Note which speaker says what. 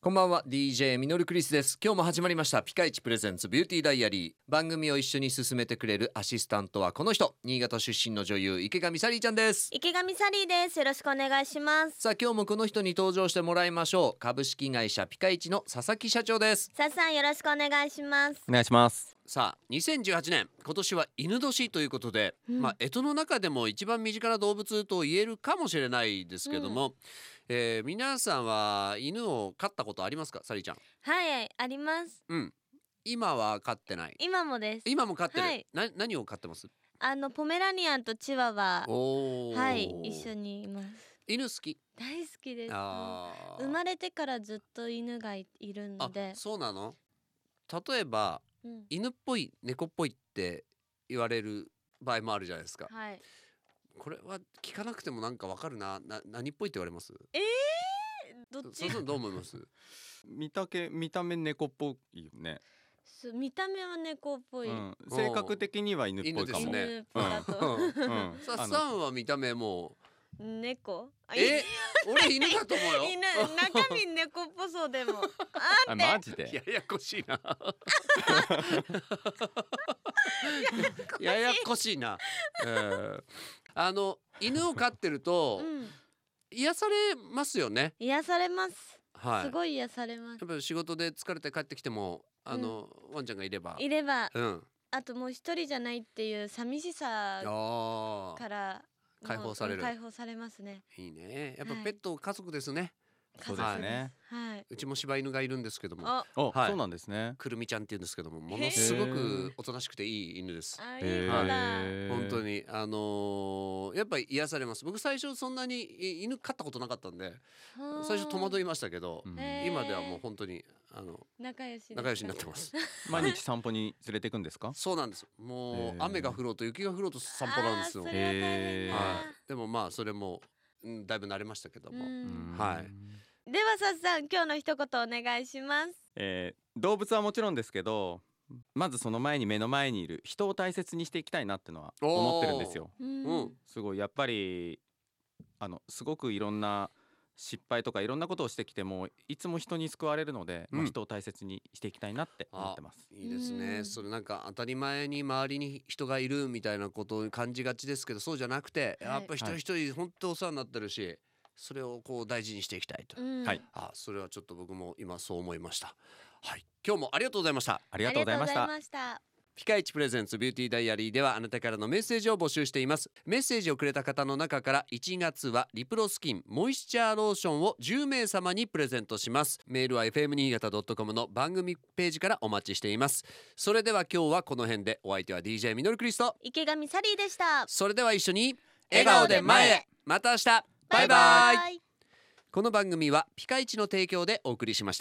Speaker 1: こんばんは DJ ミノルクリスです今日も始まりましたピカイチプレゼンツビューティーダイアリー番組を一緒に進めてくれるアシスタントはこの人新潟出身の女優池上サリーちゃんです
Speaker 2: 池上サリーですよろしくお願いします
Speaker 1: さあ今日もこの人に登場してもらいましょう株式会社ピカイチの佐々木社長です
Speaker 2: さっさんよろしくお願いします
Speaker 3: お願いします
Speaker 1: さあ2018年今年は犬年ということで、
Speaker 2: うん
Speaker 1: まあ干支の中でも一番身近な動物と言えるかもしれないですけども、えー皆さんは犬を飼ったことありますかサリーちゃん
Speaker 2: はいはいあります
Speaker 1: うん今は飼ってない
Speaker 2: 今もです
Speaker 1: 今も飼ってる、
Speaker 2: はい
Speaker 1: な何を飼ってます
Speaker 2: あのポメラニアンとチワワ
Speaker 1: おお
Speaker 2: はい一緒にいます
Speaker 1: 犬好き
Speaker 2: 大好きですも
Speaker 1: あ
Speaker 2: う
Speaker 1: ー
Speaker 2: 生まれてからずっと犬がいいるので
Speaker 1: あそうなの例えば
Speaker 2: うん
Speaker 1: 犬っぽい猫っぽいって言われる場合もあるじゃないですか
Speaker 2: はい
Speaker 1: これは聞かなくてもなんかわかるなな何っぽいって言われます
Speaker 2: どっ
Speaker 1: そう
Speaker 2: ち
Speaker 1: そうどう思い ます
Speaker 3: 見たけ見た目猫っぽいよね、
Speaker 2: そう見た目は猫っぽ
Speaker 3: う
Speaker 2: い、
Speaker 3: ん、性格的には犬っぽいかも
Speaker 1: 犬ですね
Speaker 2: 犬っぽいだと、
Speaker 3: うん
Speaker 1: さ
Speaker 3: あ
Speaker 1: っ
Speaker 3: の
Speaker 1: さんは見た目も
Speaker 2: 猫あ
Speaker 1: え俺犬だと思うよ
Speaker 2: い 犬中身猫っぽそうでもあ
Speaker 3: あ
Speaker 2: んて
Speaker 3: マジで
Speaker 1: ややこしいな ややこしいな、え ーあの犬を飼ってると
Speaker 2: うん
Speaker 1: 癒されますよね
Speaker 2: 癒されます
Speaker 1: はい
Speaker 2: すごい癒されます
Speaker 1: やっぱり仕事で疲れて帰ってきてもあの、ワンちゃんがいれば
Speaker 2: いれば
Speaker 1: うん
Speaker 2: あともう一人じゃないっていう寂しさ
Speaker 1: あ
Speaker 2: か
Speaker 1: あ
Speaker 2: ら
Speaker 1: 解放される
Speaker 2: もう解放されますね
Speaker 1: いいねやっぱ
Speaker 2: はい
Speaker 1: ペット家族ですね、
Speaker 3: そうですね
Speaker 2: はいう
Speaker 1: ちも柴犬がいるんですけども
Speaker 2: あ
Speaker 3: お、
Speaker 1: はい
Speaker 3: そうなんですね
Speaker 1: くるみちゃんって言うんですけどもも
Speaker 2: へ
Speaker 1: の
Speaker 2: ー
Speaker 1: すごくおとなしくていい犬です
Speaker 2: あい
Speaker 3: へ
Speaker 2: い子だ
Speaker 3: ー
Speaker 1: 本当にあのーやっぱり癒されます僕最初そんなにい犬飼ったことなかったんで最初戸惑
Speaker 2: い
Speaker 1: いましたけど、
Speaker 3: うん
Speaker 2: へー
Speaker 1: 今ではもう本当にあの
Speaker 2: 仲良しですか
Speaker 1: 仲良しになって ます
Speaker 3: 毎日散歩に連れてくんですか
Speaker 1: そうなんですもう
Speaker 3: へー
Speaker 1: 雨が降ろうと雪が降ろうと散歩なんですよ
Speaker 2: あーそれは大変だ
Speaker 3: れ
Speaker 1: はい、でもまあそれも、うん、だいぶ慣れましたけど
Speaker 2: う
Speaker 1: も、
Speaker 2: ん
Speaker 1: はいう
Speaker 3: ーん
Speaker 2: ではさっさん今日の一言お願いします
Speaker 3: えー動物はもちろんですけどまずその前に目の前にいる人を大切にしていきたいなってのは思ってるんですよ
Speaker 2: う
Speaker 1: うん
Speaker 3: すごいやっぱりあのすごくいろんな失敗とかいろんなことをしてきてもいつも人に救われるので、
Speaker 1: う
Speaker 3: ま
Speaker 1: ん
Speaker 3: あ、人を大切にしていきたいなって思ってます。
Speaker 1: いいですね、
Speaker 2: うん
Speaker 1: それなんか当たり前に周りに人がいるみたいなことを感じがちですけどそうじゃなくて、
Speaker 2: はい
Speaker 1: やっぱ一人一人本当お世話になってるしそれをこう大事にしていきたいと、
Speaker 2: うん
Speaker 3: はい
Speaker 1: あそれはちょっと僕も今そう思いましたはい今日もありがとうございました
Speaker 3: ありがとうございました
Speaker 2: ありがとうござい。ました
Speaker 1: ピカイチプレゼンツビューティーダイアリーではあなたからのメッセージを募集していますメッセージをくれた方の中から1月はリプロスキンモイスチャーローションを10名様にプレゼントしますメールは fm 新潟 .com の番組ページからお待ちしていますそれでは今日はこの辺でお相手は DJ ミノルクリスト
Speaker 2: 池上サリーでした
Speaker 1: それでは一緒に笑
Speaker 2: 笑
Speaker 1: 顔
Speaker 2: 顔
Speaker 1: で
Speaker 2: で
Speaker 1: 前
Speaker 2: 前
Speaker 1: へ
Speaker 2: へ
Speaker 1: また明日バイバイ
Speaker 2: イ
Speaker 1: この番組はピカイチの提供でお送りしました